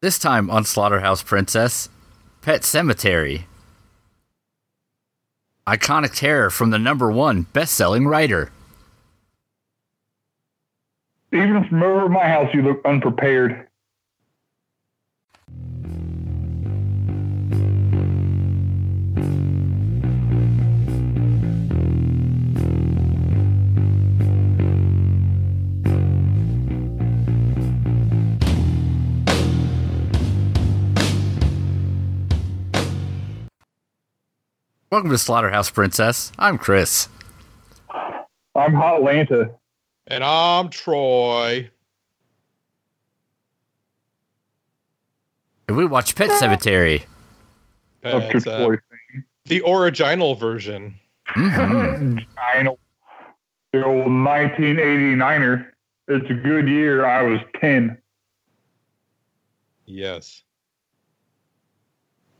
This time on Slaughterhouse Princess, Pet Cemetery. Iconic terror from the number one best selling writer. Even from over my house, you look unprepared. Welcome to Slaughterhouse Princess. I'm Chris. I'm Hot Atlanta. And I'm Troy. And we watch Pet Cemetery. Up That's, to uh, Troy. the original version. Mhm. I know. The old 1989er. It's a good year. I was 10. Yes.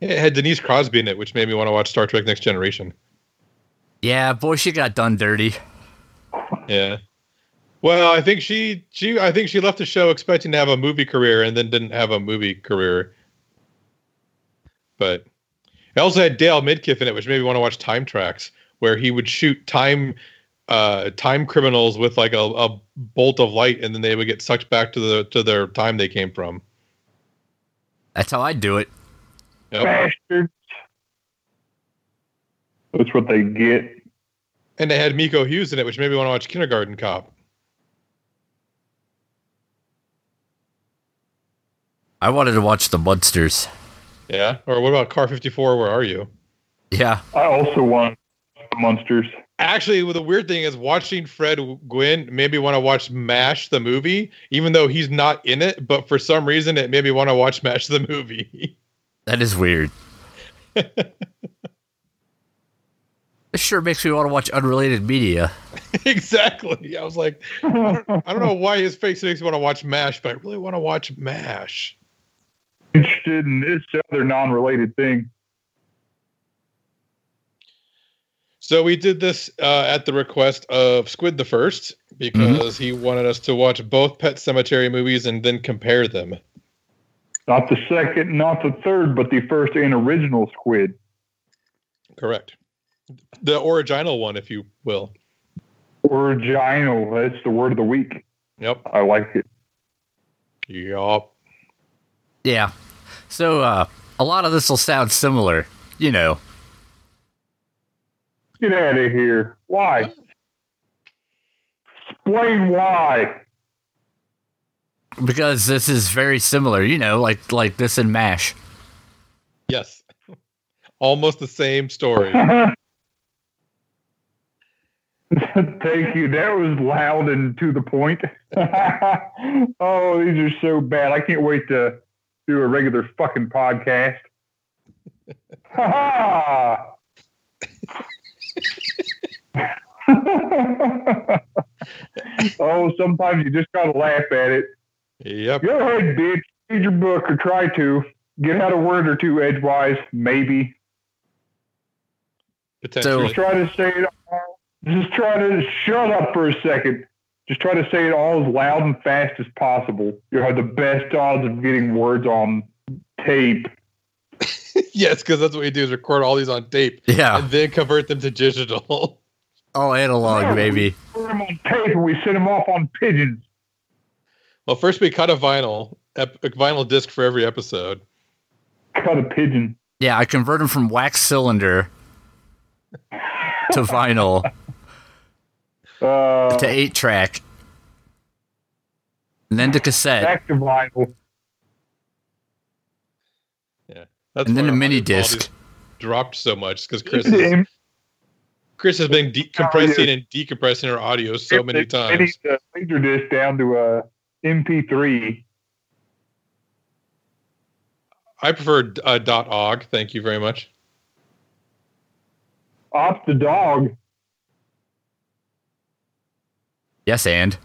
It had Denise Crosby in it, which made me want to watch Star Trek Next Generation. Yeah, boy, she got done dirty. Yeah. Well, I think she she I think she left the show expecting to have a movie career and then didn't have a movie career. But it also had Dale Midkiff in it, which made me want to watch Time Tracks, where he would shoot time uh time criminals with like a, a bolt of light and then they would get sucked back to the to their time they came from. That's how I do it. Yep. Bastards. That's what they get. And they had Miko Hughes in it, which made me want to watch Kindergarten Cop. I wanted to watch The Munsters. Yeah. Or what about Car 54? Where are you? Yeah. I also want monsters. Actually, well, the weird thing is watching Fred Gwynn made me want to watch MASH the movie, even though he's not in it. But for some reason, it made me want to watch MASH the movie. That is weird. this sure makes me want to watch unrelated media. exactly. I was like, I don't, I don't know why his face makes me want to watch MASH, but I really want to watch MASH. Interested in this other non related thing. So we did this uh, at the request of Squid the First because he wanted us to watch both Pet Cemetery movies and then compare them. Not the second, not the third, but the first and original squid. Correct. The original one, if you will. Original. That's the word of the week. Yep. I like it. Yup. Yeah. So, uh, a lot of this will sound similar, you know. Get out of here. Why? Explain why. because this is very similar, you know, like like this and Mash. Yes. Almost the same story. Thank you. That was loud and to the point. oh, these are so bad. I can't wait to do a regular fucking podcast. Ha ha! oh, sometimes you just gotta laugh at it. Yep. Go ahead, bitch. Read your book or try to. Get out a word or two edgewise, maybe. Potentially. Try to say it all. Just try to shut up for a second. Just try to say it all as loud and fast as possible. You'll have the best odds of getting words on tape. yes, because that's what we do is record all these on tape Yeah, and then convert them to digital. all analog, baby. Put them on tape and we send them off on pigeons. well, first we cut a vinyl, ep- a vinyl disc for every episode. Cut a pigeon. Yeah, I convert them from wax cylinder to vinyl Uh, to eight track, and then to cassette, back to vinyl. That's and then why a our mini audio quality's disc. dropped so much because Chris is, Many Chris has been decompressing and decompressing our audio so many times. the laser disc down to uh, a MP3. I prefer uh, .og. Thank you very much. Off the dog. Yes, and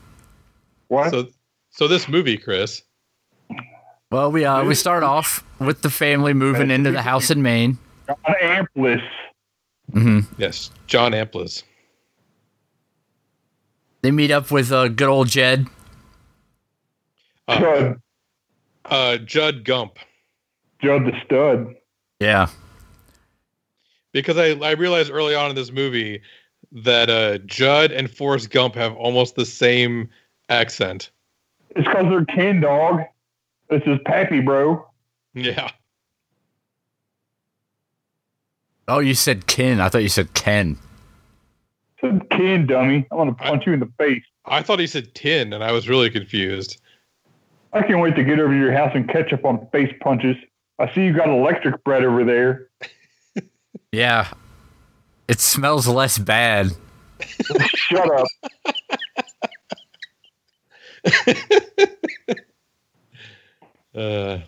What? So, so this movie, Chris. well, we uh, we start off with the family moving into the house in Maine. on Ampless. hmm Yes, John Amplis. They meet up with uh, good old Jed. Uh, Chud. Uh, Judd Gump. Judd the Stud. Yeah. because I, I realized early on in this movie that uh, Judd and Forrest Gump have almost the same accent. It's because they're kin dog. This is Pappy, bro. Yeah, Oh, you said Ken. I thought you said Ken. Said kin dummy. I'm gonna punch you in the face. I thought he said tin, and I was really confused. I can't wait to get over to your house and catch up on face punches. I see you got electric bread over there. Yeah. It smells less bad. Shut up. Uh,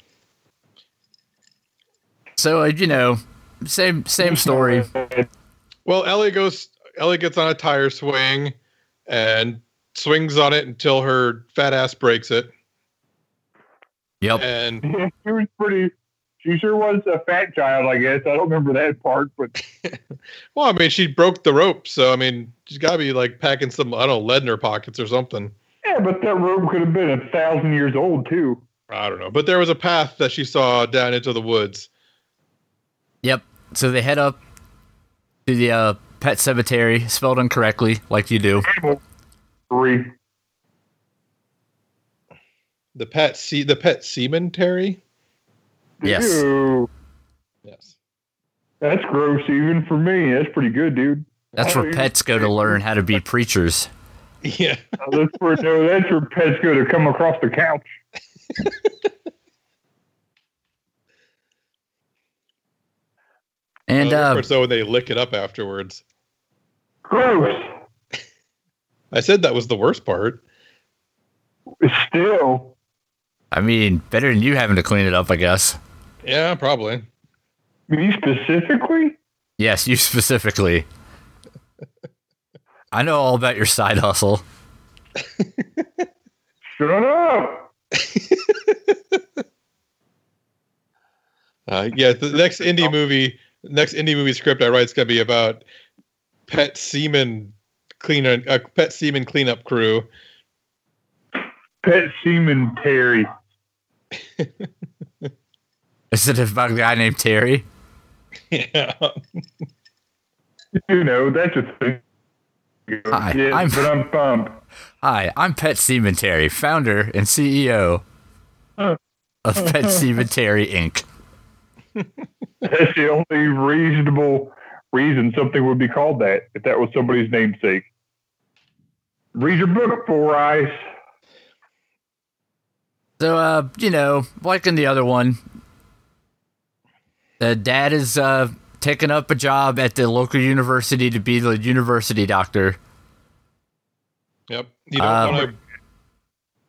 So uh, you know, same same story. well, Ellie goes. Ellie gets on a tire swing, and swings on it until her fat ass breaks it. Yep. And she was pretty. She sure was a fat child, I guess. I don't remember that part, but well, I mean, she broke the rope, so I mean, she's got to be like packing some I don't know lead in her pockets or something. yeah, but that rope could have been a thousand years old too. I don't know, but there was a path that she saw down into the woods. Yep. So they head up to the uh, pet cemetery, spelled incorrectly, like you do. Three. The pet see the pet cemetery. Yes. Ew. Yes. that's gross even for me. That's pretty good, dude. That's where pets go to learn how to be preachers. Yeah. Now, That's where no, that's where pets go to come across the couch. And Well, uh, or so when they lick it up afterwards. Gross. I said that was the worst part. Still, I mean, better than you having to clean it up, I guess. Yeah, probably. me specifically. Yes, you specifically. I know all about your side hustle. Shut up. Uh, yeah, the next indie movie, next indie movie script I write is gonna be about pet semen cleaner, a uh, pet semen cleanup crew. Pet semen Terry. Is it about a guy named Terry? yeah. You know that's a thing. Hi, yeah, I'm- but I'm pumped. Hi, I'm Pet Seaman Terry, founder and CEO Uh. of Pet Seaman Terry Inc. That's the only reasonable reason something would be called that, if that was somebody's namesake. Read your book, Four Eyes. So, uh, you know, like in the other one, uh, dad is uh, taking up a job at the local university to be the university doctor. Yep. You don't Um, want to.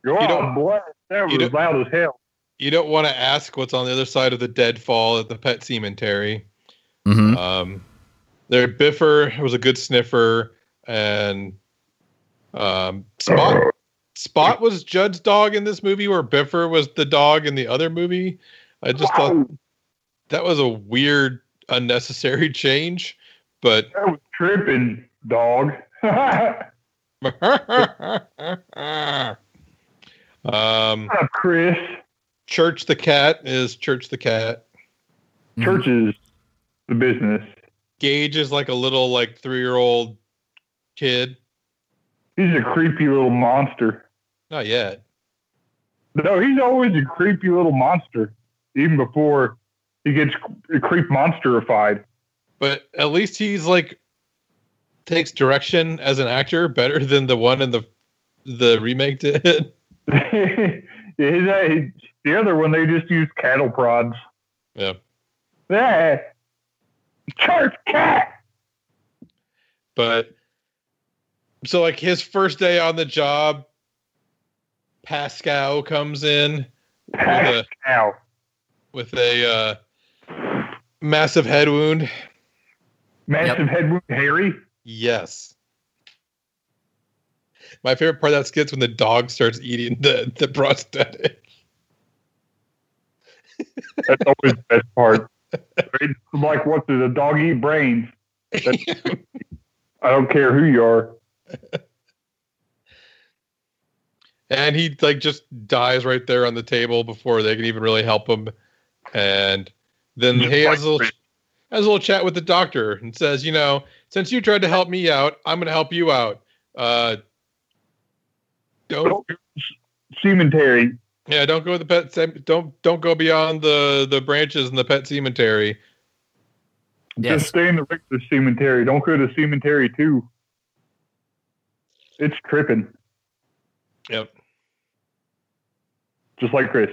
Go You on, don't- blast. That you was don't- loud as hell. You don't want to ask what's on the other side of the deadfall at the pet cemetery. Mm-hmm. Um, their Biffer was a good sniffer, and um, Spot Spot was Judd's dog in this movie, where Biffer was the dog in the other movie. I just thought Wow, that was a weird, unnecessary change, but that was tripping, dog. Shut um, up, Chris. Church the cat is Church the cat. Church is the business. Gage is like a little like three year old kid. He's a creepy little monster. Not yet. No, he's always a creepy little monster, even before he gets creep monsterified. but at least he's like takes direction as an actor better than the one in the the remake did. yeah, his, uh, his- the other one they just used cattle prods. yeah. Yeah. Church cat. But so like his first day on the job, Pascal comes in with a Ow. with a uh, massive head wound. Massive head wound, Harry. Yes. My favorite part of that skit's when the dog starts eating the the prosthetic. That's always the best part. It's like what does a dog eat brains? That's- I don't care who you are. and he like just dies right there on the table before they can even really help him. And then he has a little has a little chat with the doctor and says, you know, since you tried to help me out, I'm going to help you out. Uh, don't Cemetery. yeah, don't go to the pet. Sem- don't don't go beyond the the branches in the pet cemetery. Just stay in the regular cemetery. Don't go to cemetery too. It's tripping. Yep. Just like Chris.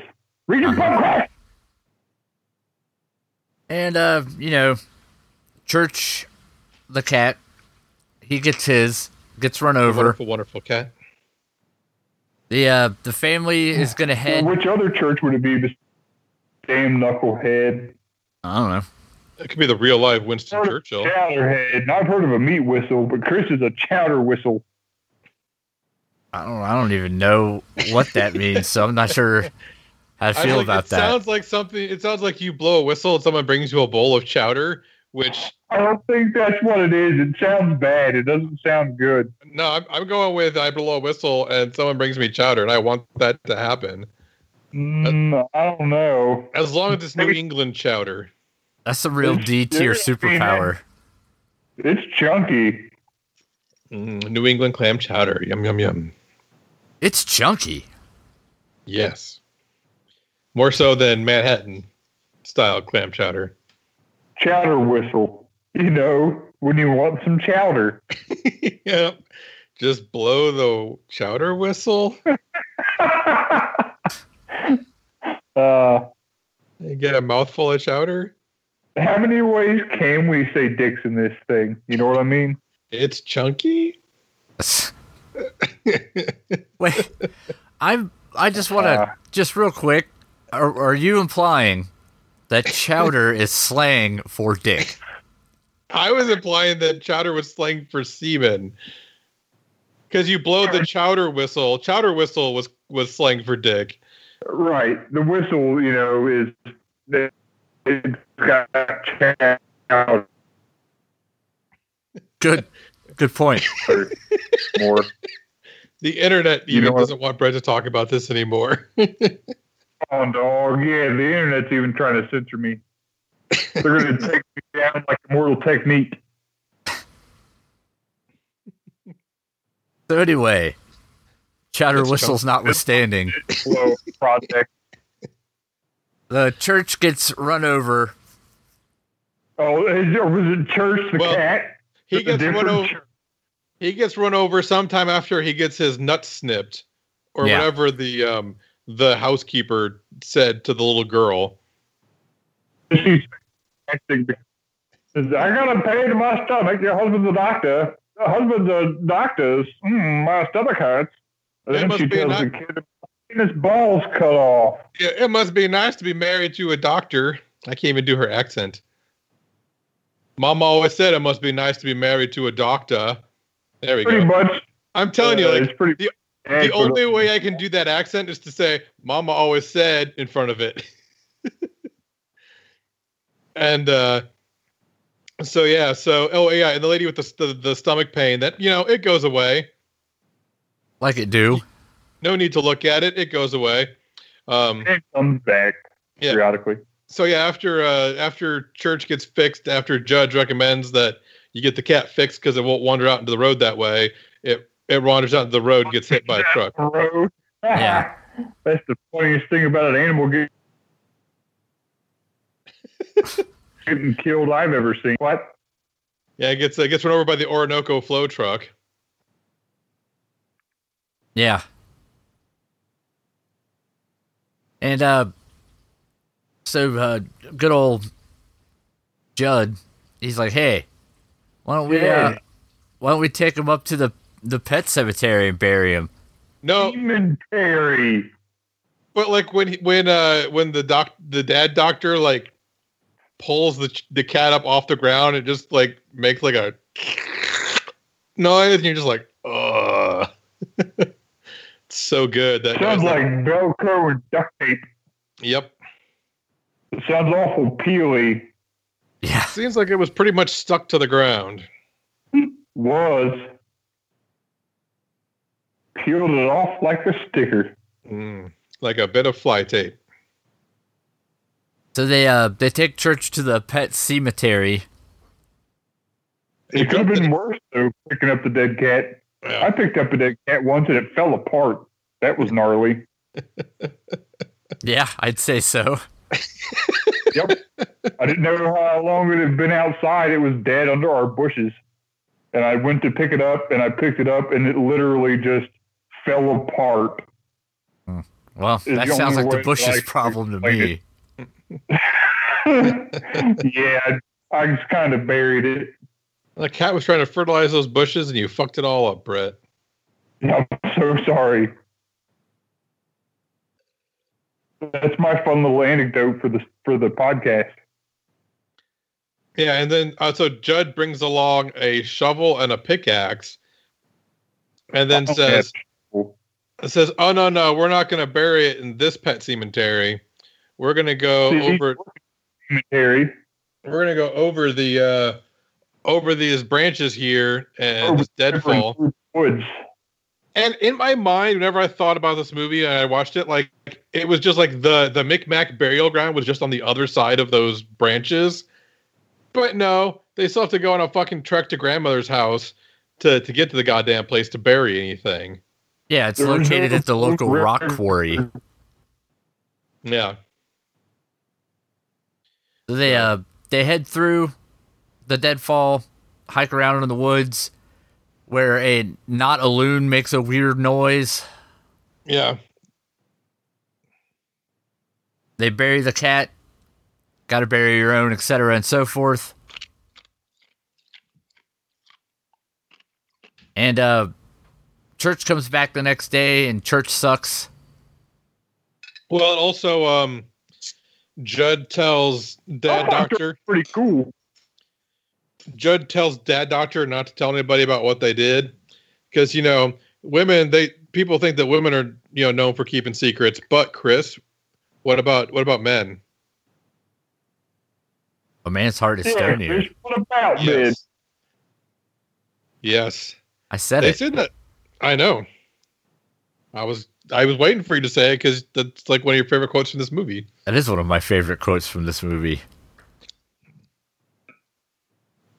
Regent Pumpcrack! And uh, you know, Church, the cat, he gets his, gets run over. Wonderful, wonderful cat. The uh, the family is gonna head. Which other church would it be? bes- Damn knucklehead. I don't know. It could be the real life Winston Sort of Churchill. Chowderhead. And I've heard of a meat whistle, but Chris is a chowder whistle. I don't. I don't even know what that means. so I'm not sure how to I feel like- about it that. sounds like something. It sounds like you blow a whistle and someone brings you a bowl of chowder. Which I don't think that's what it is. It sounds bad. It doesn't sound good. no, I'm, I'm going with I blow a whistle and someone brings me chowder, and I want that to happen. Mm, I don't know. As long as it's New Maybe- England chowder. That's a real It's D tier serious, superpower. It's chunky. Mm, New England clam chowder. Yum yum yum. It's chunky. Yes. More so than Manhattan style clam chowder. Chowder whistle. You know, when you want some chowder. yep. Just blow the chowder whistle uh, and get a mouthful of chowder. how many ways can we say dicks in this thing? You know what I mean? It's chunky. Wait, I'm. I just want to Uh. just real quick. Are, are you implying that chowder is slang for dick? I was implying that chowder was slang for semen. Because you blow the chowder whistle. Chowder whistle was was slang for dick. Right. The whistle, you know, is it's got chowder Good. Good point. more. The internet You even know what? doesn't want Brett to talk about this anymore. Oh, dog. Yeah, the internet's even trying to censor me. They're going to take me down like Immortal Technique. So anyway, chowder It's whistles notwithstanding, Flow project. the church gets run over. Oh, is it, was it Church the Well, cat? he It's a gets run different over. church. He gets run over sometime after he gets his nuts snipped, or Yeah. whatever the um the housekeeper said to the little girl. She's acting because I gotta pay to my stomach. Your husband's a doctor. Your husband's a doctor. Mm, my stomach hurts. And That then must she be tells not- the kid, "Getting his balls cut off. It, it must be nice to be married to a doctor. I can't even do her accent. Mom always said it must be nice to be married to a doctor. There we Pretty go. much. I'm telling you, uh, like it's pretty. the- bad, the but- only way I can do that accent is to say "Mama always said" in front of it. and uh, so yeah, so oh yeah, and the lady with the, st- the stomach pain that you know it goes away. Like it do. No need to look at it; it goes away. Um, it comes back Yeah. periodically. so yeah, after uh, after church gets fixed, after judge recommends that you get the cat fixed because it won't wander out into the road that way. It it wanders out into the road, gets hit by a truck. Road. Yeah. That's the funniest thing about an animal get- getting killed I've ever seen. What? Yeah, it gets it gets run over by the Orinoco flow truck. Yeah. And uh so uh good old Judd, he's like, "Hey, why don't we uh, Yeah. why don't we take him up to the the pet cemetery and bury him?" No, Demon Terry. But like when he, when uh when the doc the dad doctor like pulls the ch- the cat up off the ground, it just like makes like a noise, and you're just like, ugh. it's so good that Sounds noise. like Velcro and duct tape. yep. It sounds awful peely. Yeah. Seems like it was pretty much stuck to the ground. Was. peeled it off like a sticker. Mm, like a bit of fly tape. So they uh they take Church to the pet cemetery. It could have been worse though, picking up the dead cat. I Yeah. picked up a dead cat once and it fell apart. That was gnarly. Yeah, I'd say so. I didn't know how long it had been outside. It was dead under our bushes. And I went to pick it up and I picked it up and it literally just fell apart. Well, the that sounds only like the way to, Bush's like, problem to explain me. yeah, I, I just kind of buried it. The cat was trying to fertilize those bushes and you fucked it all up, Brett. I'm so sorry. That's my fun little anecdote for the for the podcast. Yeah, and then uh, so Judd brings along a shovel and a pickaxe, and then Oh, says, "says Oh no, no, we're not going to bury it in this pet cemetery. We're going to go See, these over. cemetery. We're going to go over the uh, over these branches here and Over this deadfall." Different woods. And in my mind, whenever I thought about this movie and I watched it, like it was just like the the Micmac burial ground was just on the other side of those branches. But no, they still have to go on a fucking trek to grandmother's house to to get to the goddamn place to bury anything. Yeah, it's There was located no at the local river. rock quarry. Yeah, So they uh they head through the deadfall, hike around in the woods, where a not a loon makes a weird noise. yeah. They bury the cat. Got to bury your own, etc., and so forth. And uh, Church comes back the next day, and Church sucks. Well, and also, um, Judd tells Dad Oh, Doctor. Pretty cool. Judd tells Dad Doctor not to tell anybody about what they did, because you know women. They people think that women are you know known for keeping secrets, but Chris, what about what about men? A man's heart is Yeah, stone here. there's what about man? Yes. Yes. I said They it. said that. I know. I was I was waiting for you to say it because that's like one of your favorite quotes from this movie. That is one of my favorite quotes from this movie.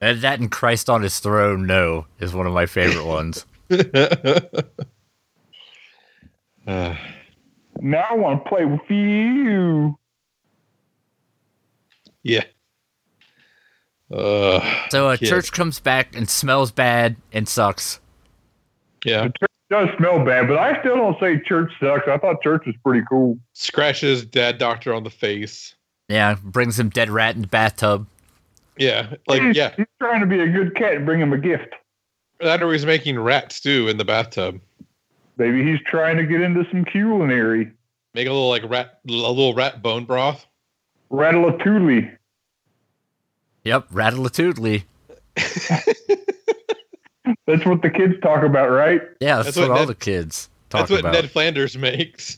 And that and Christ on his throne, no, is one of my favorite ones. Uh, Now I want to play with you. yeah. Uh, So uh, Kid. Church comes back and smells bad and sucks. yeah. Does smell bad, but I still don't say church sucks. I thought church was pretty cool. Scratches dad doctor on the face. Yeah, brings him dead rat in the bathtub. Yeah. Like he's, yeah. he's trying to be a good cat and bring him a gift. That or he's making rat stew in the bathtub. Maybe he's trying to get into some culinary. Make a little like rat a little rat bone broth. Ratatouille. Yep, ratatouille. That's what the kids talk about, right? Yeah, that's, That's what, what all Ned- the kids talk That's what about. Ned Flanders makes.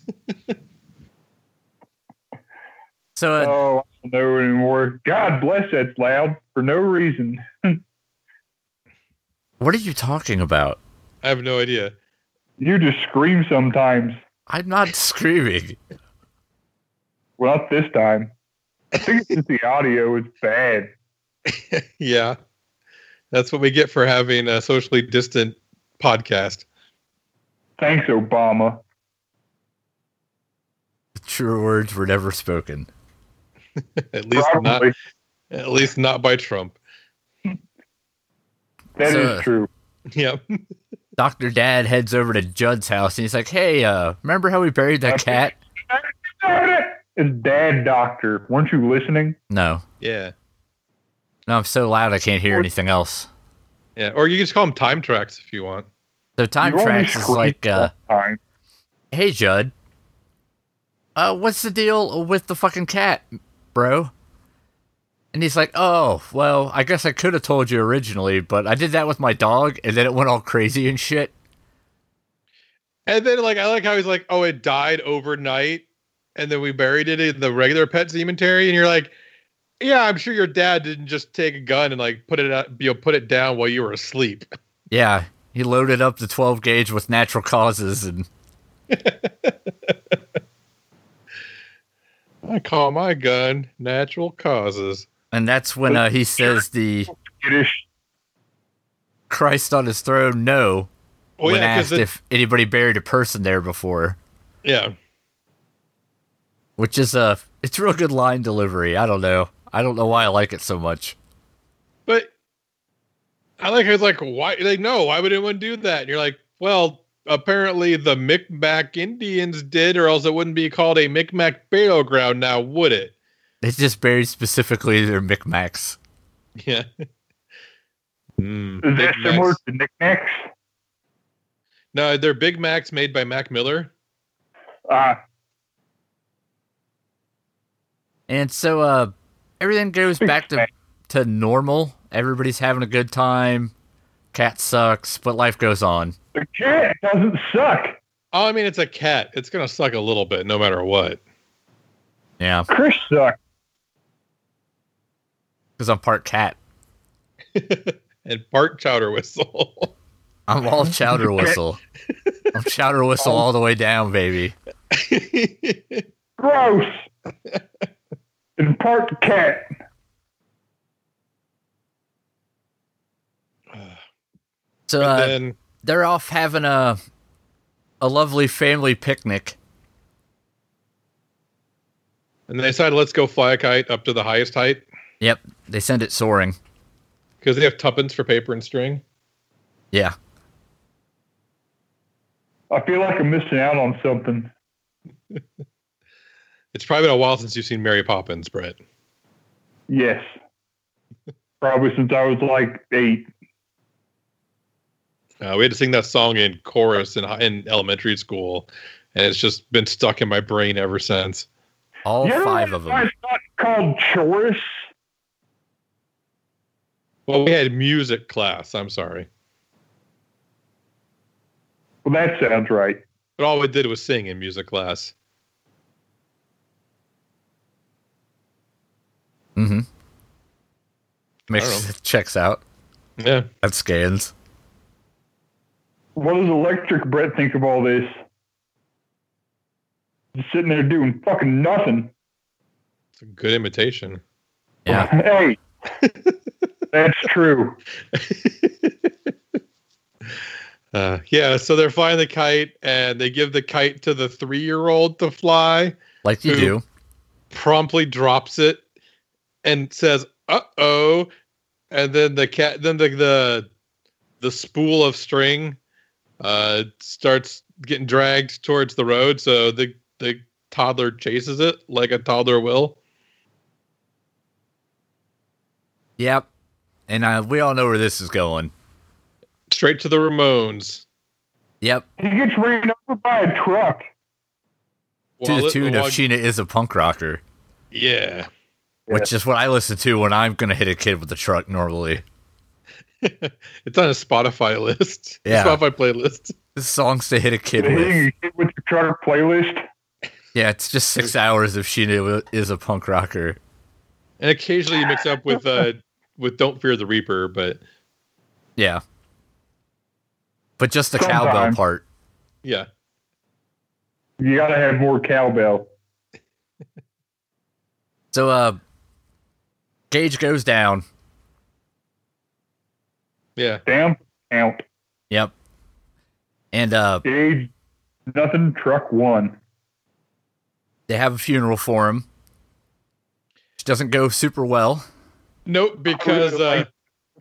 so uh, oh, I don't know anymore. God bless that's loud for no reason. what are you talking about? I have no idea. You just scream sometimes. I'm not screaming. Well, not this time. I think it's just the audio is bad. Yeah. That's what we get for having a socially distant podcast. Thanks, Obama. The true words were never spoken. At least not Probably. at least not by Trump. That is So- true. Yeah. Dr. Dad heads over to Judd's house and he's like, hey, uh, remember how we buried that Okay. cat? Damn it! It's Dad Doctor. Weren't you listening? No. Yeah. No, I'm so loud I can't hear Or- anything else. Yeah. Or you can just call them time tracks if you want. So time You only tracks is scream like, uh, all the time. hey Judd, uh, what's the deal with the fucking cat, bro? And he's like, oh, well, I guess I could have told you originally, but I did that with my dog, and then it went all crazy and shit. And then like I like how he's like, oh, it died overnight, and then we buried it in the regular pet cemetery, and you're like, yeah, I'm sure your dad didn't just take a gun and like put it out, you know, put it down while you were asleep. Yeah, He loaded up the 12 gauge with natural causes and I call my gun natural causes. and that's when uh, he says the British Christ on his throne no Oh when yeah, asked because if anybody buried a person there before, yeah, which is a it's real good line delivery. I don't know. I don't know why I like it so much. but I like. I was like, why? Like, no, why would anyone do that? And you're like, well, apparently the Micmac Indians did, or else it wouldn't be called a Micmac burial ground now, would it? They just buried specifically their Micmacs. Yeah. Mm, is that Big Macs. similar to knickknacks? No, they're Big Macs made by Mac Miller. Uh, And so uh everything goes back to to normal. Everybody's having a good time. Cat sucks, but life goes on. the cat doesn't suck. Oh, I mean, it's a cat. It's gonna suck a little bit, no matter what. Yeah, Chris sucks. because I'm part cat. and part chowder whistle. I'm all chowder whistle. I'm chowder whistle all the way down, baby. Gross. and part cat. So And uh, then they're off having a a lovely family picnic. and they decided let's go fly a kite up to the highest height Yep, they send it soaring. because they have tuppence for paper and string. Yeah, I feel like I'm missing out on something. It's probably been a while since you've seen Mary Poppins, Brett. Yes. Probably since I was like eight. Uh, we had to sing that song in chorus in, hi- in elementary school, and it's just been stuck in my brain ever since. all You ever five wonder of why them. It's not called chorus. Well, we had music class. I'm sorry, Well, that sounds right. but all we did was sing in music class. Mm-hmm. I Makes checks out. Yeah. That scans. What does electric Brett think of all this? Just sitting there doing fucking nothing. It's a good imitation. Yeah. Hey. That's true. Uh, yeah, so they're flying the kite and they give the kite to the three year old to fly, Like you Who- do. promptly drops it and says, uh oh. And then the cat, then the, the, the spool of string uh, starts getting dragged towards the road. So the, the toddler chases it like a toddler will. Yep. And uh, we all know where this is going. Straight to the Ramones. Yep. He gets ran over by a truck. To While the it- tune of while- Sheena is a punk rocker, yeah. which is what I listen to when I'm going to hit a kid with a truck normally. It's on a Spotify list. Yeah. Spotify playlist. Songs to hit a kid with. Hitting it with your truck playlist. Yeah, it's just six hours of Sheena is a punk rocker. and occasionally you mix up with uh with don't fear the reaper but Yeah. But just the Sometime. cowbell part. yeah You gotta have more cowbell. So, uh, Gage goes down. yeah Damn count. Yep. And, uh, Gage, nothing, truck one. they have a funeral for him. Which doesn't go super well. nope because uh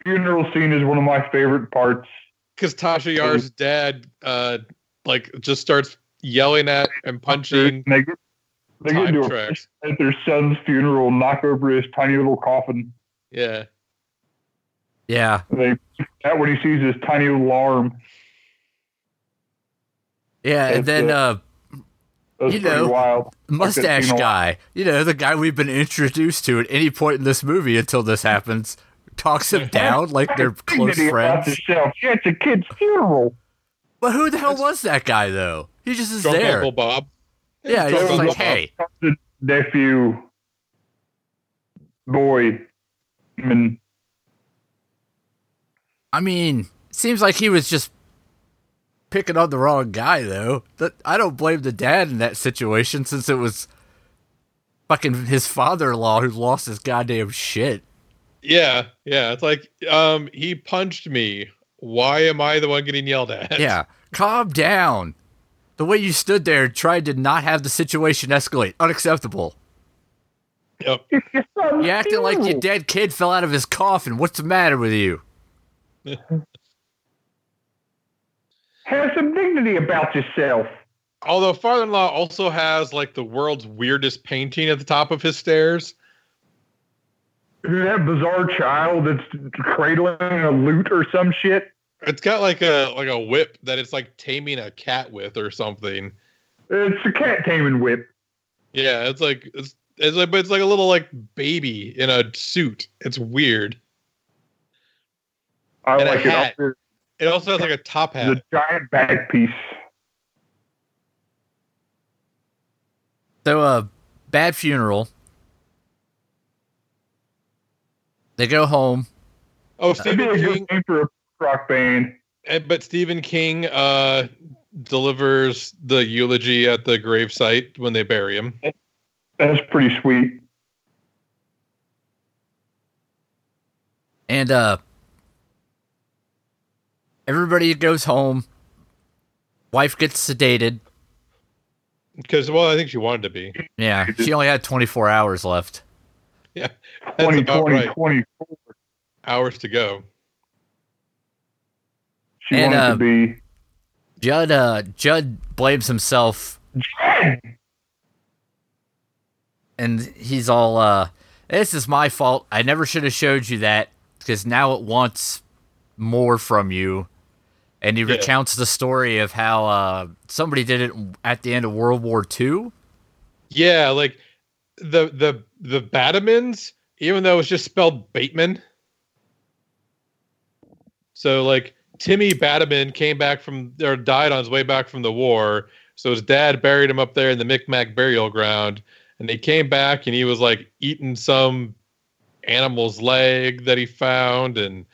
Funeral scene is one of my favorite parts. because tasha yar's dad uh like just starts yelling at and punching They get, they get time into a tracks at their son's funeral, knock over his tiny little coffin. yeah Yeah. And They that when he sees his tiny little arm. Yeah. And That's then, it. uh, That's You pretty know. wild. mustache funeral. guy, you know, the guy we've been introduced to at any point in this movie until this happens, talks him down like they're close Dignity about friends. Yourself. Yeah, it's a kid's funeral. But who the hell was that guy though? He just is drunk there. uncle bob Yeah, he's Drunk just Uncle like, Bob. hey, Nephew, boy, I mean, I mean, seems like he was just picking on the wrong guy though. That I don't blame the dad in that situation since it was fucking his father-in-law who lost his goddamn shit. Yeah, yeah. It's like um, he punched me. Why am I the one getting yelled at? Yeah, calm down. The way you stood there and tried to not have the situation escalate, unacceptable. Yep. It's just so You acting like your cute. dead kid fell out of his coffin. What's the matter with you? Have some dignity about yourself. Although father-in-law also has like the world's weirdest painting at the top of his stairs. That bizarre child that's cradling a lute or some shit. It's got like a like a whip that it's like taming a cat with or something. It's a cat taming whip. Yeah, it's like it's, it's like but it's like a little like baby in a suit. It's weird. I And a like it. hat. Up there, It also has like a top hat. The giant back piece. So, uh, bad funeral. They go home. Oh, That'd be Stephen a King good name for a rock band. Uh, but Stephen King uh, delivers the eulogy at the gravesite when they bury him. That's pretty sweet. And uh everybody goes home. Wife gets sedated. Because, well, I think she wanted to be. Yeah, she only had 24 hours left. That's about 2020, right. 24. Hours to go. She And, wanted uh, to be. Judd uh Judd blames himself and he's all uh this is my fault. I never should have showed you that because now it wants more from you. And he Yeah. recounts the story of how uh somebody did it at the end of World War II. Yeah, like the the the Batamans, even though it's just spelled Bateman. So like Timmy Bataman came back from or died on his way back from the war. So his dad buried him up there in the Micmac burial ground, and he came back and he was like eating some animal's leg that he found, and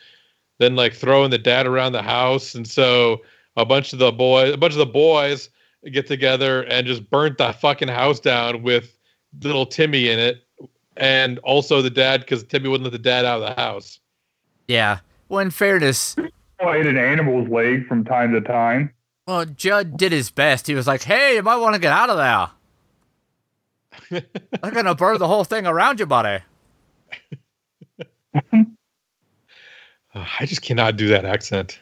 then like throwing the dad around the house. And so a bunch of the boys, a bunch of the boys get together and just burnt the fucking house down with little Timmy in it, and also the dad because Timmy wouldn't let the dad out of the house. Yeah. Well, in fairness, I ate an animal's leg from time to time. well, Judd did his best. He was like, "Hey, you might want to get out of there." I'm gonna burn the whole thing around your body. Ugh, I just cannot do that accent.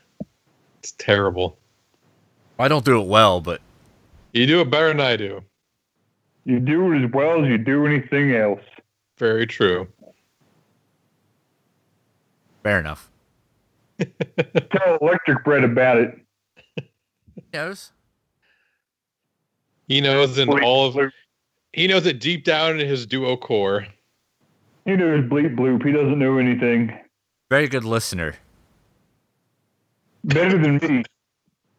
It's terrible. I don't do it well, but You do it better than I do. You do it as well as you do anything else. Very true. fair enough. Tell Electric Bread about it. Yes. He knows in Bleep all of bloop. he knows it deep down in his duo core. He knows bleep bloop. He doesn't know anything. Very good listener. Better than me.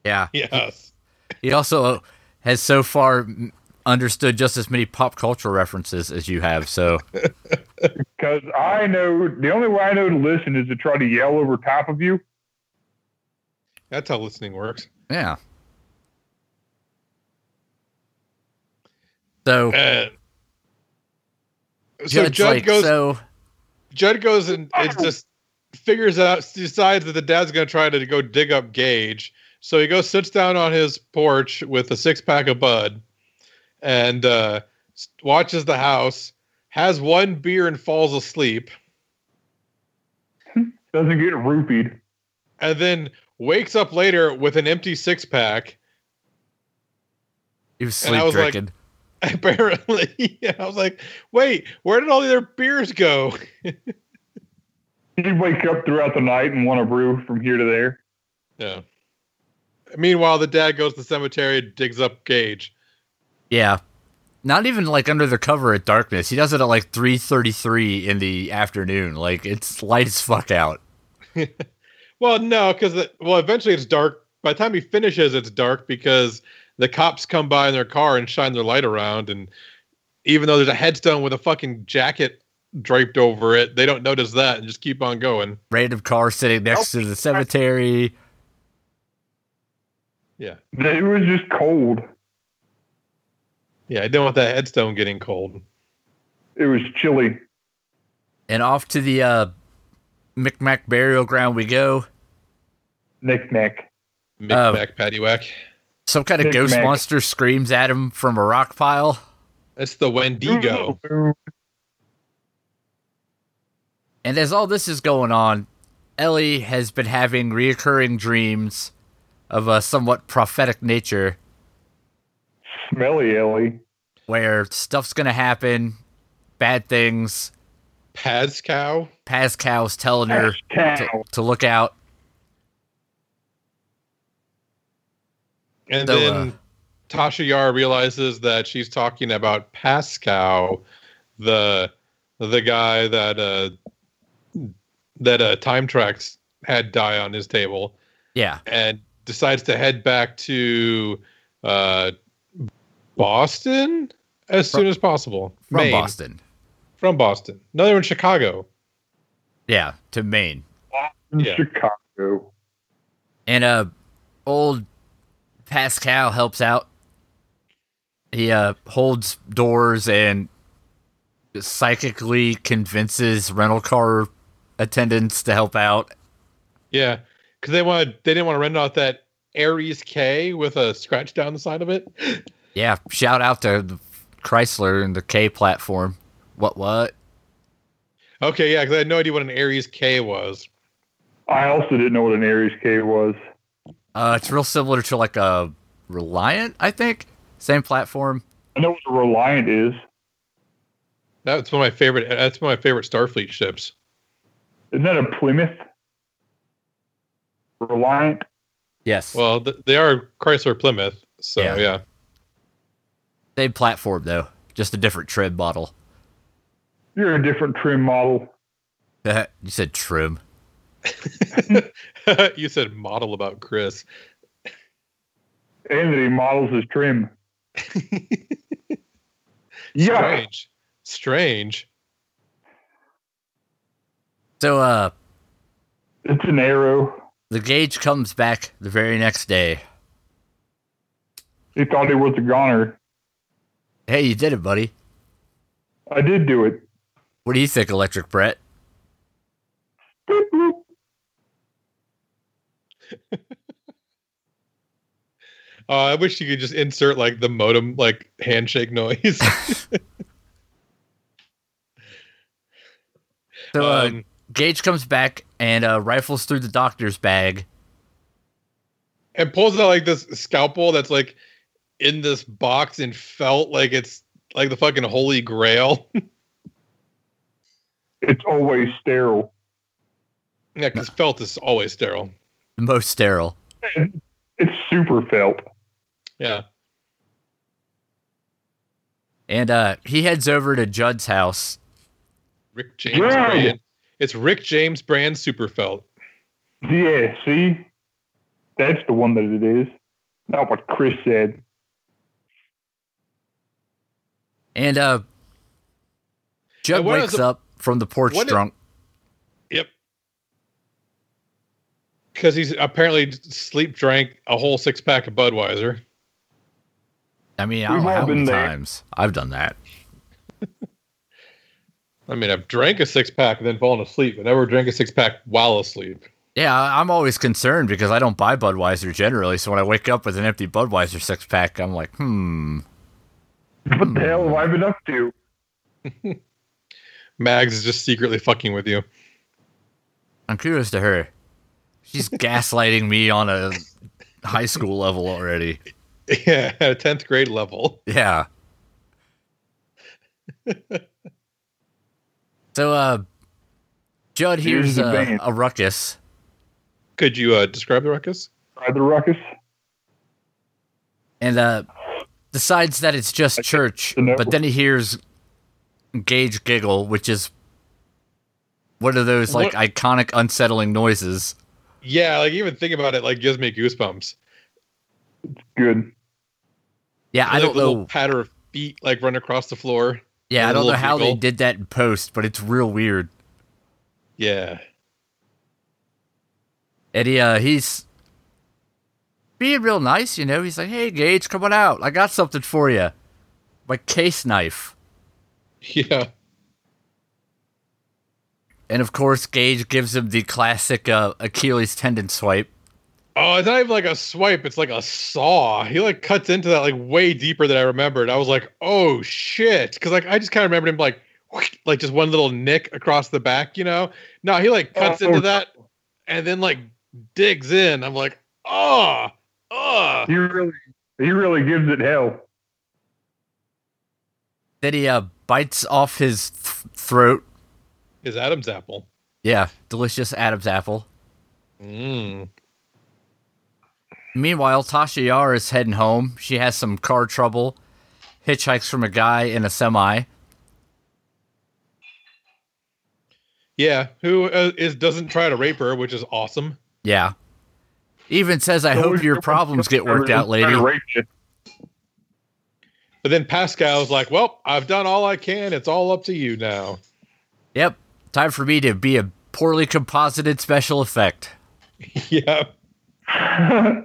Yeah. Yes. He also has so far m- understood just as many pop culture references as you have. So Because I know the only way I know to listen is to try to yell over top of you. That's how listening works. yeah. So Uh, so Judd's Judd like, goes so Judd goes and it just figures out, decides that the dad's going to try to go dig up Gage. So he goes, sits down on his porch with a six pack of Bud and uh, s- watches the house, has one beer and falls asleep, Doesn't get roofied. and then wakes up later with an empty six pack. he was and I sleep was like- drinking. Apparently, I was like, wait, where did all the other beers go? He'd wake up throughout the night and want a brew from here to there. Yeah. Meanwhile, the dad goes to the cemetery, digs up Gage. yeah. Not even like under the cover at darkness. He does it at like 3:33 in the afternoon. Like it's light as fuck out. Well, no, because well, eventually it's dark. By the time he finishes, it's dark because the cops come by in their car and shine their light around. And even though there's a headstone with a fucking jacket draped over it, they don't notice that and just keep on going. Random car sitting next to the cemetery. Yeah. It was just cold. Yeah, I don't want that headstone getting cold. It was chilly. And off to the uh, Micmac burial ground we go. Knick knack. Mick Oh. Mac Paddywhack. Some kind of Mick ghost Mac. monster screams at him from a rock pile. That's the Wendigo. And as all this is going on, Ellie has been having reoccurring dreams of a somewhat prophetic nature Smelly Ellie. where stuff's going to happen, bad things. Pascow. Pascal's telling her to, Cow. to look out. And So, then uh, Tasha Yar realizes that she's talking about Pascal, the the guy that uh that uh time tracks had die on his table Yeah. and decides to head back to uh Boston as From- soon as possible. From Maine. Boston. From Boston. No, they were in Chicago. Yeah. To Maine. in Yeah. Chicago. And uh old Pascal helps out. He uh holds doors and psychically convinces rental car attendants to help out. Yeah. Cause they wanted they didn't want to rent out that Aries K with a scratch down the side of it. Yeah, shout out to the Chrysler and the K platform. What what? Okay, yeah, because I had no idea what an Aries K was. I also didn't know what an Aries K was. Uh it's real similar to like a Reliant, I think. Same platform. I know what a Reliant is. That's one of my favorite. That's one of my favorite Starfleet ships. Isn't that a Plymouth? Reliant? Yes. Well, th- they are Chrysler Plymouth, so Yeah. yeah. Same platform though, just a different trim model. You're a different trim model. you said trim. you said model about Chris. Anthony models his trim. yeah. Strange. Strange. So uh It's an arrow. the gauge comes back the very next day. He thought he was a goner. Hey, you did it, buddy. I did do it. What do you think, Electric Brett? Boop, boop. Uh, I wish you could just insert like the modem like handshake noise. So uh, Um, Gage comes back and uh, rifles through the doctor's bag. and pulls out like this scalpel that's like in this box and felt like it's like the fucking holy grail. It's always sterile. yeah, because felt is always sterile. The most sterile. It's super felt. Yeah. And uh, he heads over to Judd's house. Rick James Yeah. brand. It's Rick James brand Superfelt. Yeah, see? That's the one that it is. Not what Chris said. And uh, Judd And what wakes is the- up from the porch what is- drunk. Because he's apparently sleep drank a whole six pack of Budweiser. I mean, I We've don't know all how many been there. times I've done that. I mean, I've drank a six pack and then fallen asleep, but never drank a six pack while asleep. Yeah, I- I'm always concerned because I don't buy Budweiser generally. So when I wake up with an empty Budweiser six pack, I'm like, hmm. What the hell have I been up to? Mags is just secretly fucking with you. I'm curious to her. She's gaslighting me on a high school level already. Yeah, at a 10th grade level. Yeah. so, uh, Judd Here's hears the uh, band. a ruckus. Could you uh, describe the ruckus? Try the ruckus? and uh, decides that it's just church. the network. But then he hears Gage giggle, which is one of those like iconic unsettling noises. Yeah, like even think about it, like gives me goosebumps. Good. Yeah, I like don't the little know. patter of feet like run across the floor. Yeah, I the don't know little how they giggle. did that in post, but it's real weird. Yeah. And he uh, he's being real nice, you know. He's like, "Hey, Gage, come on out. I got something for you, my case knife." Yeah. And of course, Gage gives him the classic uh, Achilles tendon swipe. Oh, it's not even like a swipe. It's like a saw. He like cuts into that like way deeper than I remembered. I was like, oh shit, because like I just kind of remembered him like, like just one little nick across the back, you know. No, he like cuts Oh. into that and then like digs in. I'm like, oh, oh, He really, he really gives it hell. Then he uh, bites off his th- throat. is Adam's apple. Yeah, delicious Adam's apple. Mm. Meanwhile, Tasha Yar is heading home. She has some car trouble, hitchhikes from a guy in a semi. Yeah, who uh, is doesn't try to rape her, which is awesome. Yeah. Even says, I hope your problems get worked out, lady. But then Pascal's like, well, I've done all I can. It's all up to you now. Yep. Time for me to be a poorly composited special effect. yeah.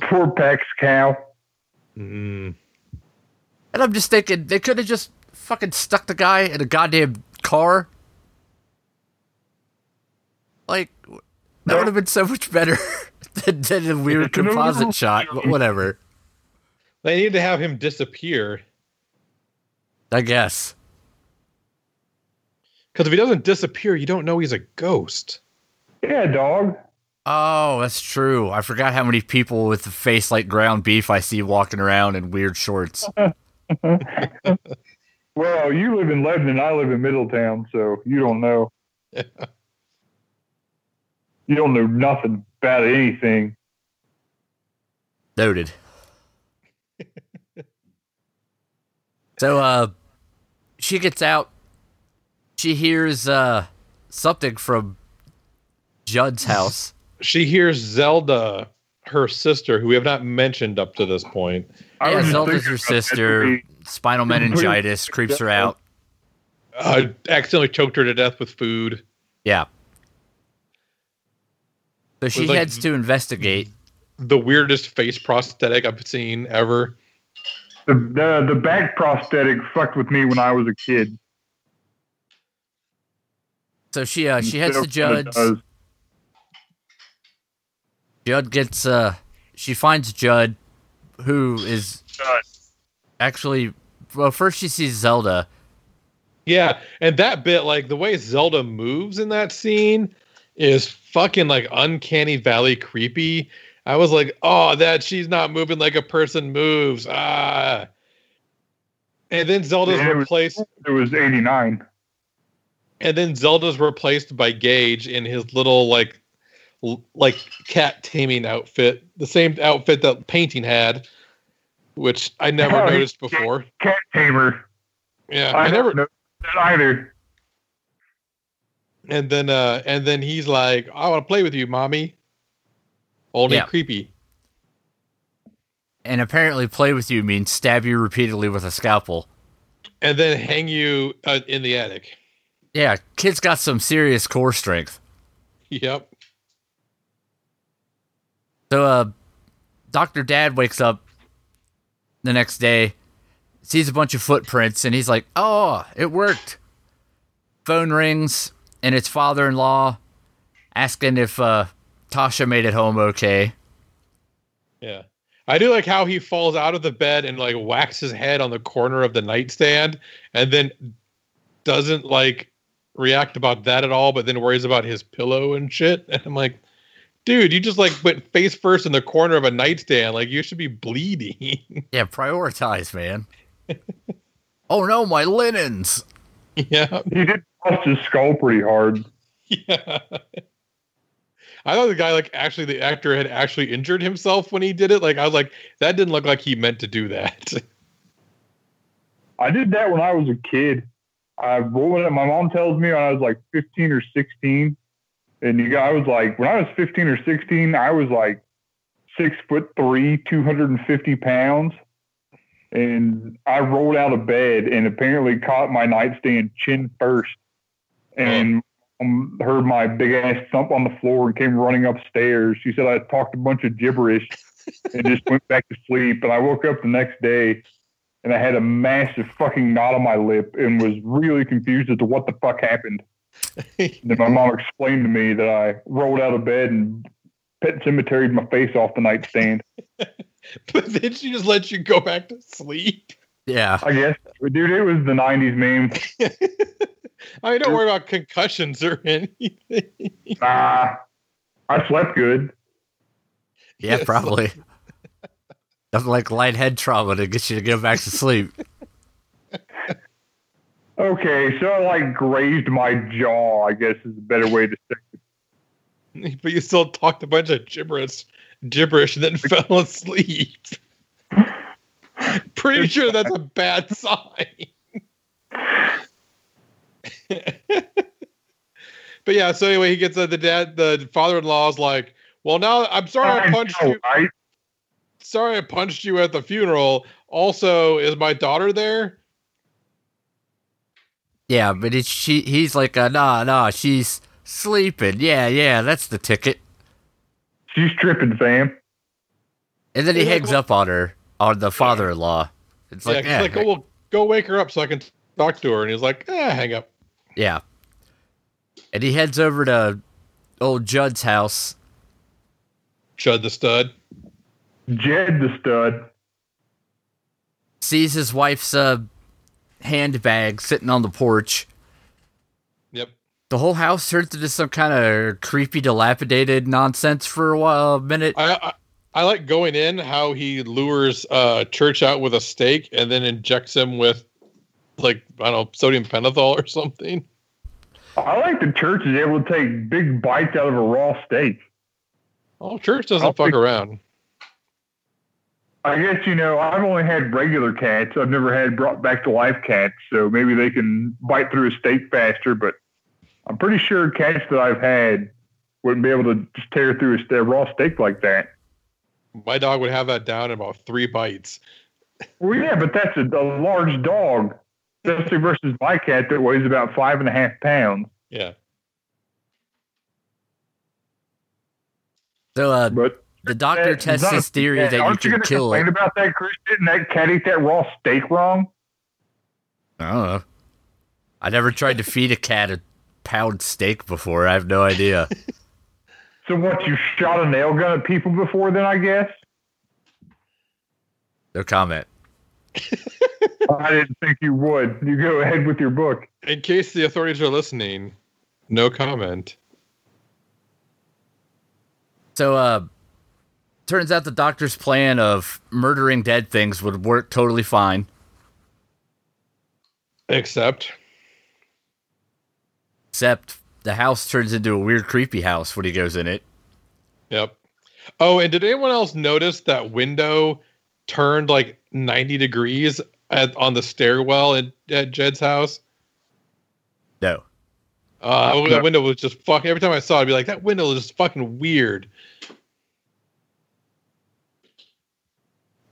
Poor Pax cow. Mm. And I'm just thinking, they could have just fucking stuck the guy in a goddamn car. Like, that would have been so much better than, than the weird composite shot, but whatever. They need to have him disappear I guess. Because if he doesn't disappear, you don't know he's a ghost. Yeah, dog. Oh, that's true. I forgot how many people with a face like ground beef I see walking around in weird shorts. Well, you live in Lebanon. I live in Middletown, so you don't know. you don't know nothing about anything. Noted. so uh she gets out. She hears uh something from Judd's house. She hears Zelda, her sister, who we have not mentioned up to this point. I Yeah, was just Zelda's thinking her about that sister. movie. Spinal meningitis creeps her out. Uh, accidentally choked her to death with food. Yeah. So she like- heads to investigate. The weirdest face prosthetic I've seen ever. The, the the back prosthetic fucked with me when I was a kid. So she uh, she heads Still to Judd's. does. Judd gets uh she finds Judd who is actually well first she sees Zelda. Yeah. And that bit, like the way Zelda moves in that scene is fucking like uncanny valley creepy. I was like, oh, that she's not moving like a person moves. Ah. And then Zelda's Yeah, it was- replaced It was eighty nine. and then Zelda's replaced by Gage in his little like l- like cat taming outfit, the same outfit that painting had, which I never Oh, he- noticed before. Cat tamer. Yeah, I, I never. don't know that either. And then uh and then he's like, "I want to play with you, mommy." Only Yeah. creepy. And apparently play with you means stab you repeatedly with a scalpel. And then hang you uh, in the attic. Yeah, kid's got some serious core strength. Yep. So uh Dr. Dad wakes up the next day, sees a bunch of footprints and he's like, "Oh, it worked." Phone rings and it's father-in-law asking if uh Tasha made it home okay. Yeah. I do like how he falls out of the bed and like whacks his head on the corner of the nightstand and then doesn't like react about that at all, but then worries about his pillow and shit. And I'm like, dude, you just like went face first in the corner of a nightstand. Like you should be bleeding. Yeah, prioritize, man. oh no, my linens. yeah. He did bust his skull pretty hard. Yeah. I thought the guy like actually the actor had actually injured himself when he did it. Like I was like, that didn't look like he meant to do that. I did that when I was a kid. I rolled it. My mom tells me when I was like 15 or 16, and you got, I was like when I was 15 or 16, I was like six foot three, 250 pounds, and I rolled out of bed and apparently caught my nightstand chin first, and um, heard my big ass thump on the floor and came running upstairs. She said I talked a bunch of gibberish. and just went back to sleep. And I woke up the next day and I had a massive fucking knot on my lip and was really confused as to what the fuck happened. and then my mom explained to me that I rolled out of bed and pet cemeteried my face off the nightstand. but then she just lets you go back to sleep. Yeah. I guess, dude, it was the '90s meme. I mean, don't worry about concussions or anything. Nah, I slept good. Yeah, Yes. probably. Nothing like light head trauma to get you to go back to sleep. Okay, so I like grazed my jaw. I guess is a better way to say. But you still talked a bunch of gibberish, gibberish, and then fell asleep. Pretty sure that's a bad sign. but yeah, so anyway, he gets uh, the dad, the father-in-law's like, "Well, now I'm sorry I Oh, I punched know, you. right? Sorry I punched you at the funeral. Also, is my daughter there?" Yeah, but it's she. He's like, uh, nah, nah, she's sleeping. Yeah, yeah, that's the ticket. She's tripping, fam. And then he He's like, hangs up on her, on the father-in-law. It's Yeah, like, 'cause yeah, like, "Oh, well, go wake her up so I can talk to her." And he's like, "Ah, hang up." yeah. And he heads over to old Judd's house. Chud the stud. Jed the stud. sees his wife's uh, handbag sitting on the porch. Yep. The whole house turns into some kind of creepy, dilapidated nonsense for a while, a minute. I, I I like going in how he lures uh Church out with a stake and then injects him with like I don't know sodium pentothal or something. I like the church is able to take big bites out of a raw steak. Oh, Church doesn't I'll fuck take- around. I guess you know I've only had regular cats. I've never had brought back to life cats, so maybe they can bite through a steak faster. But I'm pretty sure cats that I've had wouldn't be able to just tear through a ste- raw steak like that. My dog would have that down in about three bites. Well, yeah, but that's a, a large dog. Especially versus my cat that weighs about five and a half pounds. Yeah. so uh, But the doctor that- tests not a- his theory yeah, that you aren't you can going to kill complain it. about that, Chris? Didn't that cat eat that raw steak wrong? I don't know. I never tried to feed a cat a pound steak before. I have no idea. So what? You shot a nail gun at people before then? I guess. No comment. I didn't think you would. You go ahead with your book. In case the authorities are listening, no comment. So, uh, turns out the doctor's plan of murdering dead things would work totally fine. Except Except the house turns into a weird, creepy house when he goes in it. Yep. Oh, and did anyone else notice that window turned like 90 degrees at, on the stairwell at, at Jed's house? No. Uh, No. That window was just fucking. Every time I saw it, I'd be like, that window is just fucking weird.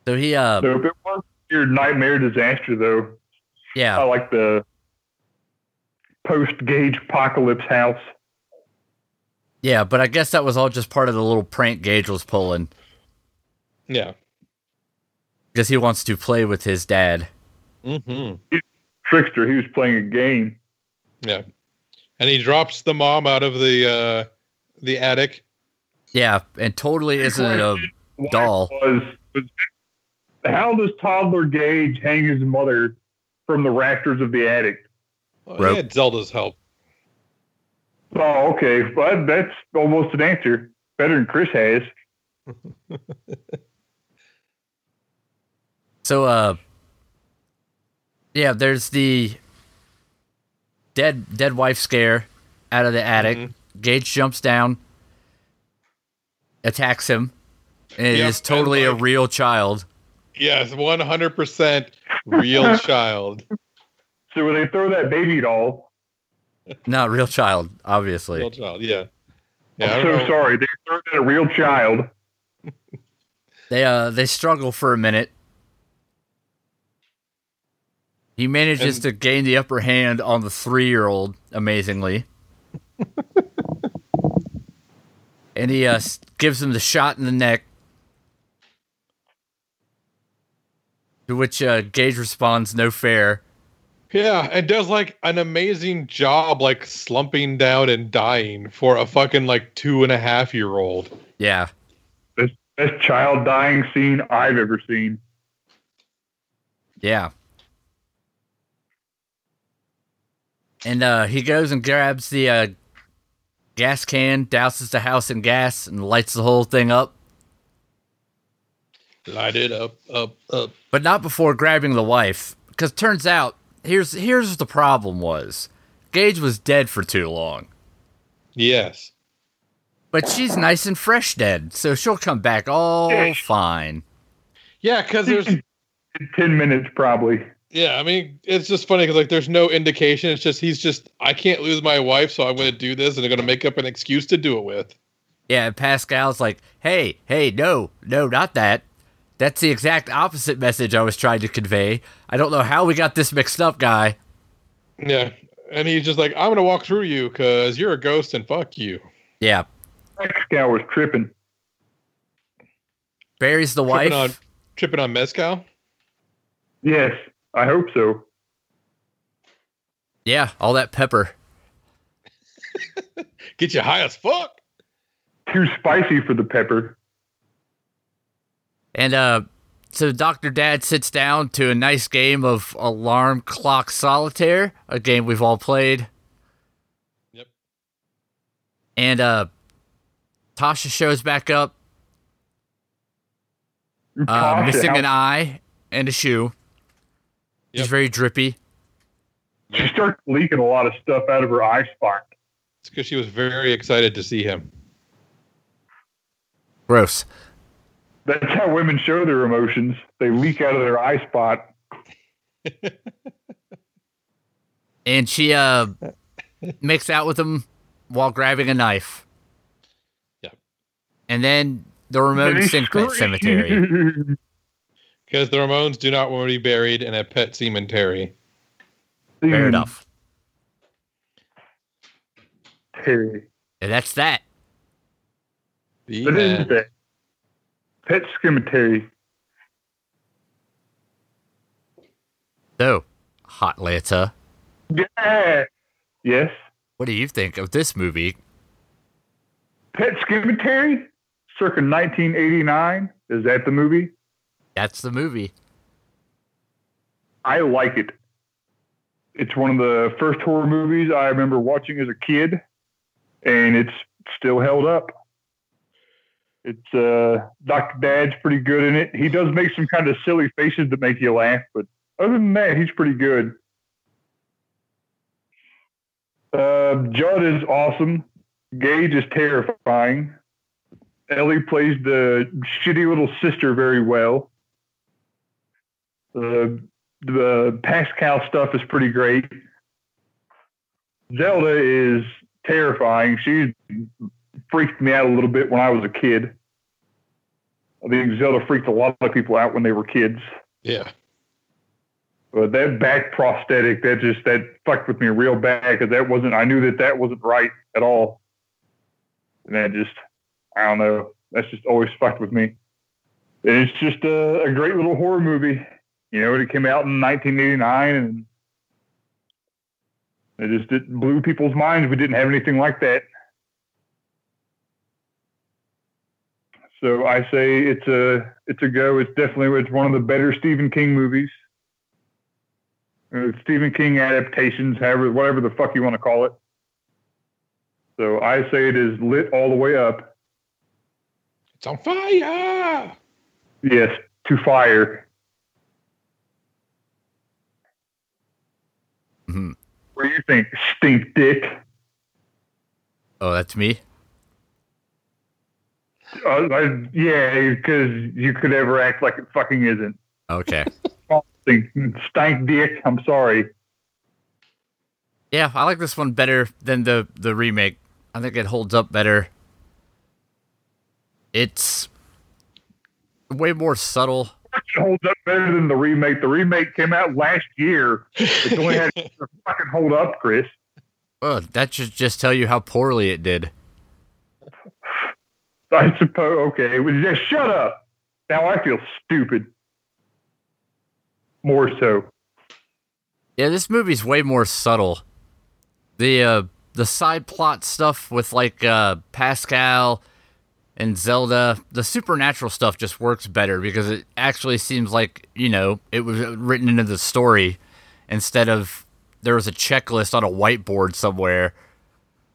So he, uh, So if it was your nightmare disaster, though, I yeah, like the post gauge apocalypse house. yeah, but I guess that was all just part of the little prank Gage was pulling Yeah. because he wants to play with his dad. Mm-hmm. Trickster, he was playing a game. Yeah. And he drops the mom out of the uh, the attic. Yeah, and totally isn't a Why Doll. Was, was how does toddler Gage hang his mother from the rafters of the attic? Oh, Rope. he had Zelda's help. Oh, okay, but that's almost an answer. Better than Chris has. so uh yeah, there's the dead dead wife scare out of the attic. Mhm. Gage jumps down, attacks him, and it Yep, is totally and a like- real child. Yes, 100% real child. So when they throw that baby doll, Not real child, obviously. Real child. Yeah. Yeah. I I'm don't so know. sorry. They throw it at a real child. They uh they struggle for a minute. He manages And- to gain the upper hand on the three year old, amazingly. and he uh, s- gives him the shot in the neck. To which uh, Gage responds, "No fair." Yeah, and does like an amazing job, like slumping down and dying for a fucking like two and a half year old. Yeah, Best child dying scene I've ever seen. yeah. And uh, he goes and grabs the uh, gas can, douses the house in gas, and lights the whole thing up. Light it up, up, up. but not before grabbing the wife. Because turns out, here's here's what the problem was: Gage was dead for too long, Yes. but she's nice and fresh dead, so she'll come back all fine. Yeah, because there's Ten minutes probably. Yeah, I mean, it's just funny because like, there's no indication. It's just he's just I can't lose my wife, so I'm going to do this, and I'm going to make up an excuse to do it with. Yeah, and Pascal's like, "Hey, hey, no, no, not that." That's the exact opposite message I was trying to convey. I don't know how we got this mixed up, guy. Yeah, and he's just like, I'm going to walk through you because you're a ghost, and fuck you. Yeah, Pascal was tripping. buries the wife. Tripping on tripping on mezcal. Yes, I hope so. Yeah, all that pepper. Get you high as fuck. Too spicy for the pepper. And uh, so Dr. Dad sits down to a nice game of alarm clock solitaire, a game we've all played. Yep. And uh, Tasha shows back up, uh, Tasha, Ah, missing how- an eye and a shoe. She's Yep. very drippy. She starts leaking a lot of stuff out of her eye spot. It's because she was very excited to see him. Gross. That's how women show their emotions. They leak out of their eye spot. And she uh, makes out with him while grabbing a knife. Yep. And then the Ramon They Sinclair scream. Cemetery. Because the Ramones do not want to be buried in a pet cemetery. Fair Cemetery. enough. And that's that. The That is end. that. Pet cemetery. So, Hot Lanta. Yeah. Yes. What do you think of this movie? Pet cemetery. Circa 1989. Is that the movie? That's the movie. I like it. It's one of the first horror movies I remember watching as a kid, and it's still held up. It's uh, Doctor Dad's pretty good in it. He does make some kind of silly faces that make you laugh, but other than that, he's pretty good. Uh, Judd is awesome. Gage is terrifying. Ellie plays the shitty little sister very well. Uh, the Pascal stuff is pretty great. Zelda is terrifying. She freaked me out a little bit when I was a kid. I think Zelda freaked a lot of people out when they were kids. Yeah. But that Uh, back prosthetic, that just that fucked with me real bad because that wasn't. I knew that that wasn't right at all, and that just, I don't know. That's just always fucked with me. And it's just a, a great little horror movie, you know. It came out in 1989, and it just it blew people's minds. We didn't have anything like that. So I say it's a it's a go. It's definitely it's one of the better Stephen King movies uh, Stephen King adaptations, however, whatever the fuck you want to call it. So I say it is lit all the way up. It's on fire. Yes, to fire. Mhm. What do you think, stink dick? Oh, that's me. Uh, I, yeah, because you could ever act like it fucking isn't. Okay. Stink, stink dick. I'm sorry. yeah, I like this one better than the the remake. I think it holds up better. It's way more subtle. It holds up better than the remake. The remake came out last year. It only had to fucking hold up, Chris. Ugh, that should just tell you how poorly it did. I suppose. Okay, it was just shut up. Now I feel stupid. more so. Yeah, this movie's way more subtle. The uh the side plot stuff with like uh Pascal and Zelda, the supernatural stuff just works better because it actually seems like, you know, it was written into the story instead of there was a checklist on a whiteboard somewhere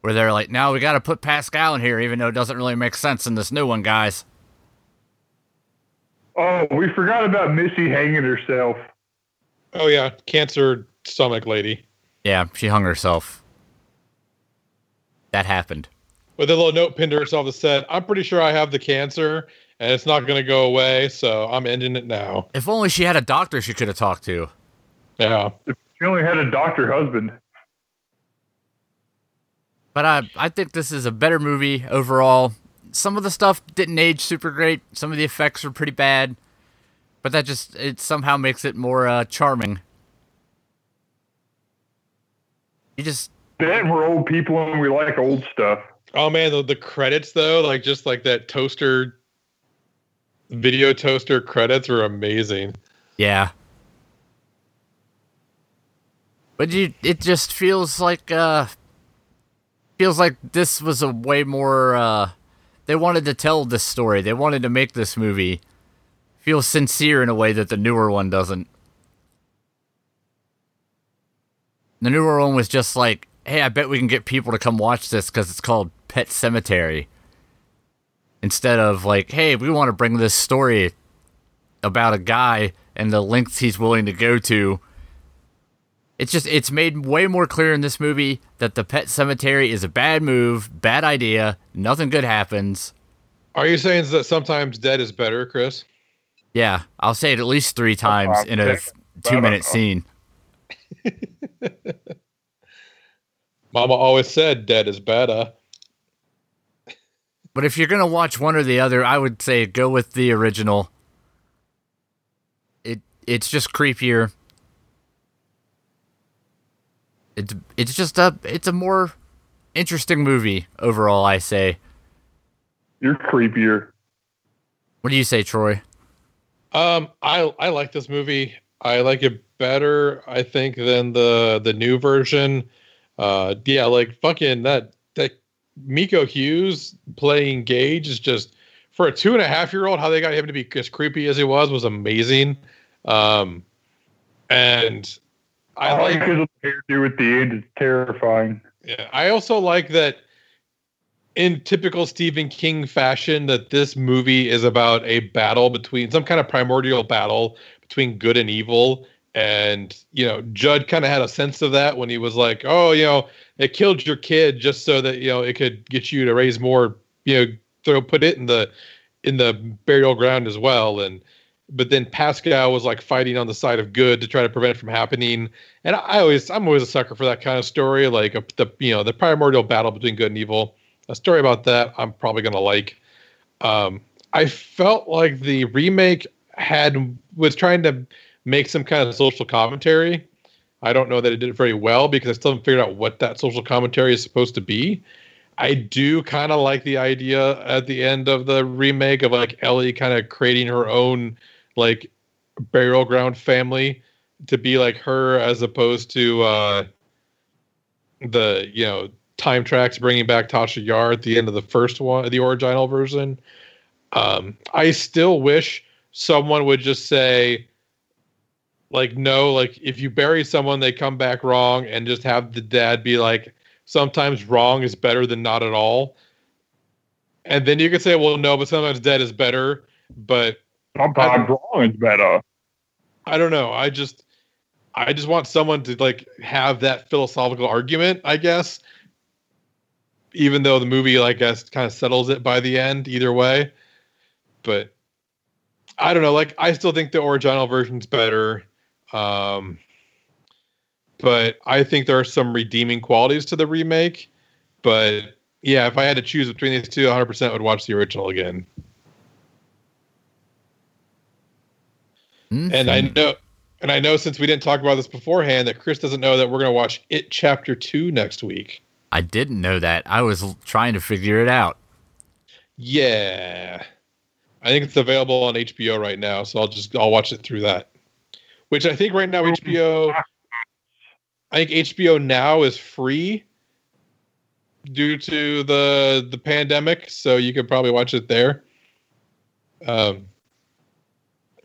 where they're like, "Now we got to put Pascal in here even though it doesn't really make sense in this new one, guys." Oh, we forgot about Missy hanging herself. Oh yeah, cancer stomach lady Yeah, she hung herself. That happened. with a little note pinned to herself that said, "I'm pretty sure I have the cancer and it's not going to go away, so I'm ending it now." If only she had a doctor she could have talked to. Yeah, She only had a doctor husband. But I I think this is a better movie overall. Some of the stuff didn't age super great. Some of the effects were pretty bad. But that just it somehow makes it more uh, charming. You just That we're old people and we like old stuff. Oh man, the, the credits though, like just like that toaster video toaster credits were amazing. yeah. But you it just feels like uh feels like this was a way more uh they wanted to tell this story. They wanted to make this movie feel sincere in a way that the newer one doesn't. The newer one was just like, hey, I bet we can get people to come watch this because it's called Pet Cemetery. Instead of like, hey, we want to bring this story about a guy and the lengths he's willing to go to. It's just, it's made way more clear in this movie that the pet cemetery is a bad move, bad idea, nothing good happens. Are you saying that sometimes dead is better, Chris? Yeah, I'll say it at least three times in a f- two minute scene. Mama always said dead is better. But if you're gonna watch one or the other, I would say go with the original. It it's just creepier. It's it's just a it's a more interesting movie overall. I say. You're creepier. What do you say, Troy? Um, I I like this movie. I like it better, I think, than the the new version. Uh, yeah, like fucking that that Miko Hughes playing Gage is just for a two and a half year old. How they got him to be as creepy as he was was amazing. Um, and I I like like his hairdo at the end. It's terrifying. yeah, I also like that in typical Stephen King fashion that this movie is about a battle between some kind of primordial battle between good and evil and you know Judd kind of had a sense of that when he was like, "Oh, you know, it killed your kid just so that, you know, it could get you to raise more, you know, throw put it in the in the burial ground as well." And but then Pascal was like fighting on the side of good to try to prevent it from happening and I always I'm always a sucker for that kind of story, like a, the you know the primordial battle between good and evil. A story about that I'm probably gonna like. Um, I felt like the remake had was trying to make some kind of social commentary. I don't know that it did it very well because I still haven't figured out what that social commentary is supposed to be. I do kind of like the idea at the end of the remake of like Ellie kind of creating her own like burial ground family to be like her as opposed to uh the you know time tracks bringing back Tasha Yar at the end of the first one the original version um I still wish someone would just say like no like if you bury someone they come back wrong and just have the dad be like sometimes wrong is better than not at all and then you could say well no but sometimes dead is better but Sometimes wrong is better. I don't know. I just I just want someone to like have that philosophical argument, I guess. Even though the movie, like, I guess, kind of settles it by the end, either way. But I don't know. Like, I still think the original version's better. Um, but I think there are some redeeming qualities to the remake. But yeah, if I had to choose between these two, 100% would watch the original Hmm? again. Mm-hmm. And I know, and I know since we didn't talk about this beforehand, that Chris doesn't know that we're going to watch it chapter two next week. I didn't know that. I was l- trying to figure it out. Yeah, I think it's available on HBO right now, so I'll just I'll watch it through that. which I think right now HBO, I think HBO now is free due to the the pandemic, so you could probably watch it there. Um,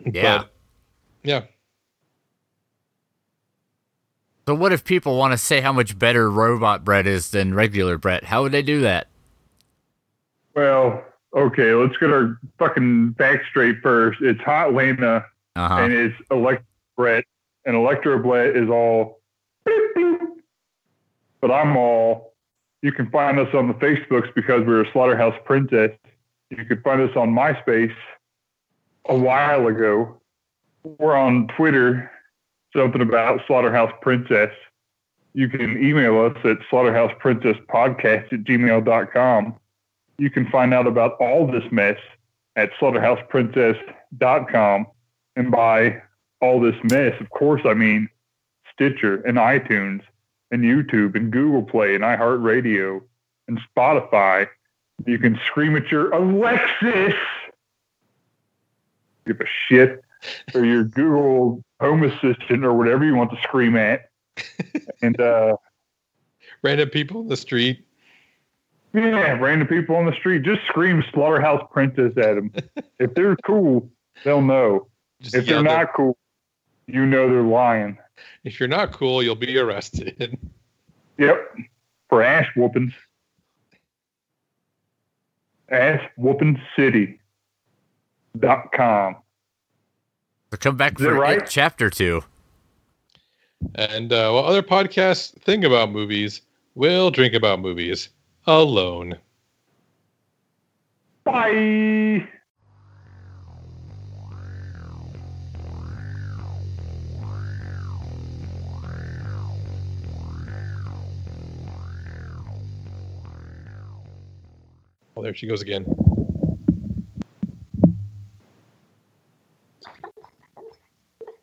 Yeah. But- yeah. So what if people want to say how much better robot bread is than regular bread? How would they do that? Well, okay, let's get our fucking back straight first. It's Hot Lena Uh huh. and it's Electra Brett, and Electra Brett is all. beep, beep. But I'm all. You can find us on the Facebooks because we're a Slaughterhouse Princess. You can find us on MySpace a while ago. We're on Twitter, something about Slaughterhouse Princess. You can email us at slaughterhouseprincesspodcast at gmail.com. You can find out about all this mess at slaughterhouseprincess.com. And by all this mess, of course, I mean Stitcher and iTunes and YouTube and Google Play and iHeartRadio and Spotify. You can scream at your Alexis, give a shit, or your Google Home Assistant or whatever you want to scream at. And uh, Random people in the street. yeah, random people on the street just scream Slaughterhouse Princess at them. if they're cool, they'll know. Just If they're yell that- not cool, you know they're lying. if you're not cool, you'll be arrested. Yep. For ass whooping. Ass whooping city dot com. So come back Is it for right? It chapter two. and uh, while other podcasts think about movies, we'll drink about movies alone. Bye. Oh, there she goes again.